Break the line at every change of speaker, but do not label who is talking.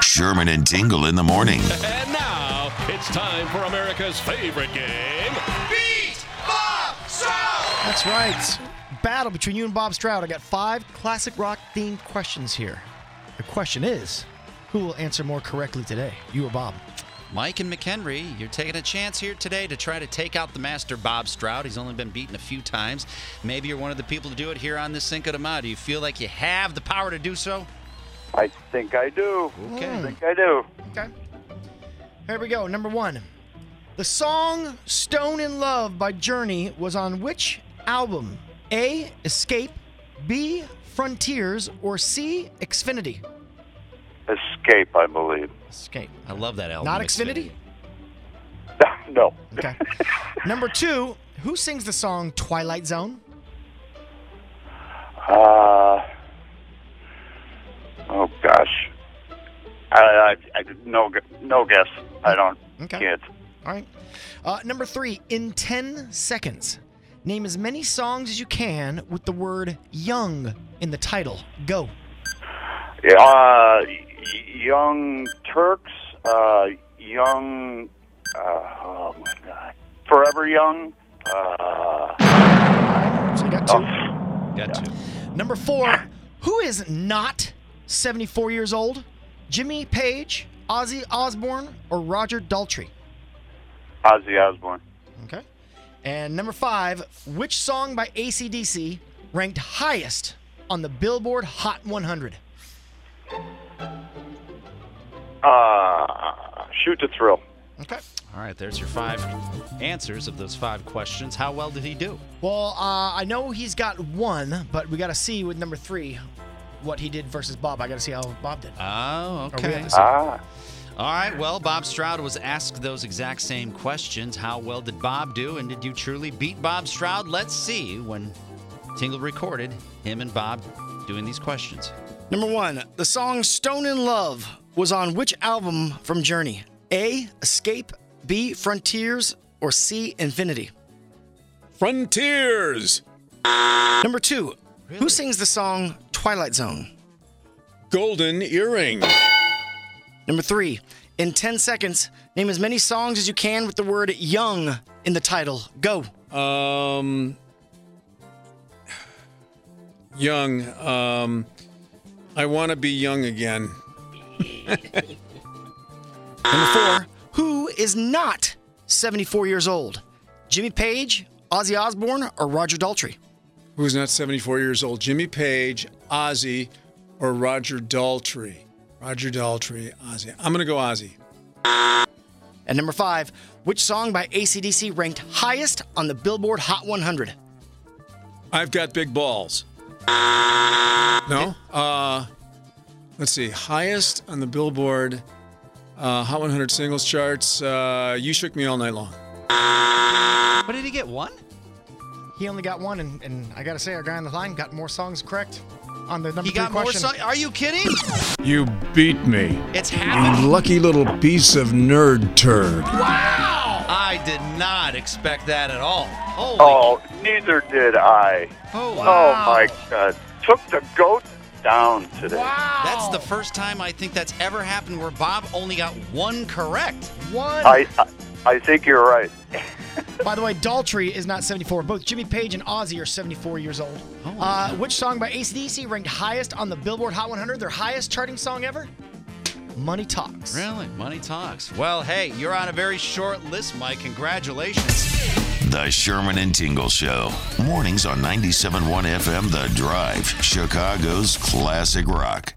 Sherman and Tingle in the morning.
And now it's time for America's favorite game.
Beat Bob Stroud!
That's right. Battle between you and Bob Stroud. I got five classic rock themed questions here. The question is who will answer more correctly today, you or Bob?
Mike and McHenry, you're taking a chance here today to try to take out the master Bob Stroud. He's only been beaten a few times. Maybe you're one of the people to do it here on this Cinco de Mayo. Do you feel like you have the power to do so?
I think I do.
Okay.
I think I do.
Okay. Here we go. Number one. The song Stone in Love by Journey was on which album? A. Escape. B. Frontiers. Or C. Xfinity?
Escape, I believe.
Escape.
I love that album.
Not Xfinity?
no.
Okay. Number two. Who sings the song Twilight Zone?
Uh, oh gosh. I, I, I no gu- no guess. I don't
Okay.
can't.
All right. Uh, number three, in 10 seconds, name as many songs as you can with the word young in the title. Go.
Yeah, Uh, y- young Turks. Uh, young. Uh, oh my God. Forever young. Uh,
So you got two.
oh,
Got to.
Number four, who is not 74 years old? Jimmy Page, Ozzy Osbourne, or Roger Daltrey?
Ozzy Osbourne.
Okay. And number five, which song by ACDC ranked highest on the Billboard Hot 100?
Uh, shoot to thrill.
Okay.
All right, there's your five answers of those five questions. How well did he do?
Well, uh, I know he's got one, but we got to see with number three what he did versus Bob. I got to see how Bob did.
Oh,
we
okay.
on the
Ah.
All right, well, Bob Stroud was asked those exact same questions. How well did Bob do, and did you truly beat Bob Stroud? Let's see when Tingle recorded him and Bob doing these questions.
Number one, the song Stone in Love was on which album from Journey? A. Escape, B. Frontiers, or C. Infinity?
Frontiers.
Number two, who sings the song Twilight Zone?
Golden earring.
Number three, in 10 seconds, name as many songs as you can with the word young in the title. Go.
Um. Young. Um. I want to be young again.
Number four, who is not 74 years old? Jimmy Page, Ozzy Osbourne, or Roger Daltrey?
Who's not 74 years old? Jimmy Page, Ozzy, or Roger Daltrey? Roger Daltrey, Ozzy. I'm gonna go Ozzy.
And number five, which song by ACDC ranked highest on the Billboard Hot 100?
I've got big balls. No? Uh, let's see. Highest on the Billboard uh, Hot 100 singles charts. Uh, you shook me all night long.
What did he get? One?
He only got one, and, and I gotta say, our guy on the line got more songs correct on the number
He got more. So- Are you kidding?
You beat me.
It's happened.
Lucky little piece of nerd turd.
I did not expect that at all. Holy
Oh, neither did I.
Oh,
Oh my God! Took the goat down today.
That's the first time I think that's ever happened where Bob only got one correct.
one.
I, I I think you're right.
By the way, Daltrey is not 74. Both Jimmy Page and Ozzy are 74 years old. uh, which song by ACDC ranked highest on the Billboard Hot 100? Their highest charting song ever? Money Talks.
Really? Money talks. Well, hey, you're on a very short list, Mike. Congratulations.
The Sherman and Tingle Show. Mornings on 97.1 FM The Drive, Chicago's classic rock.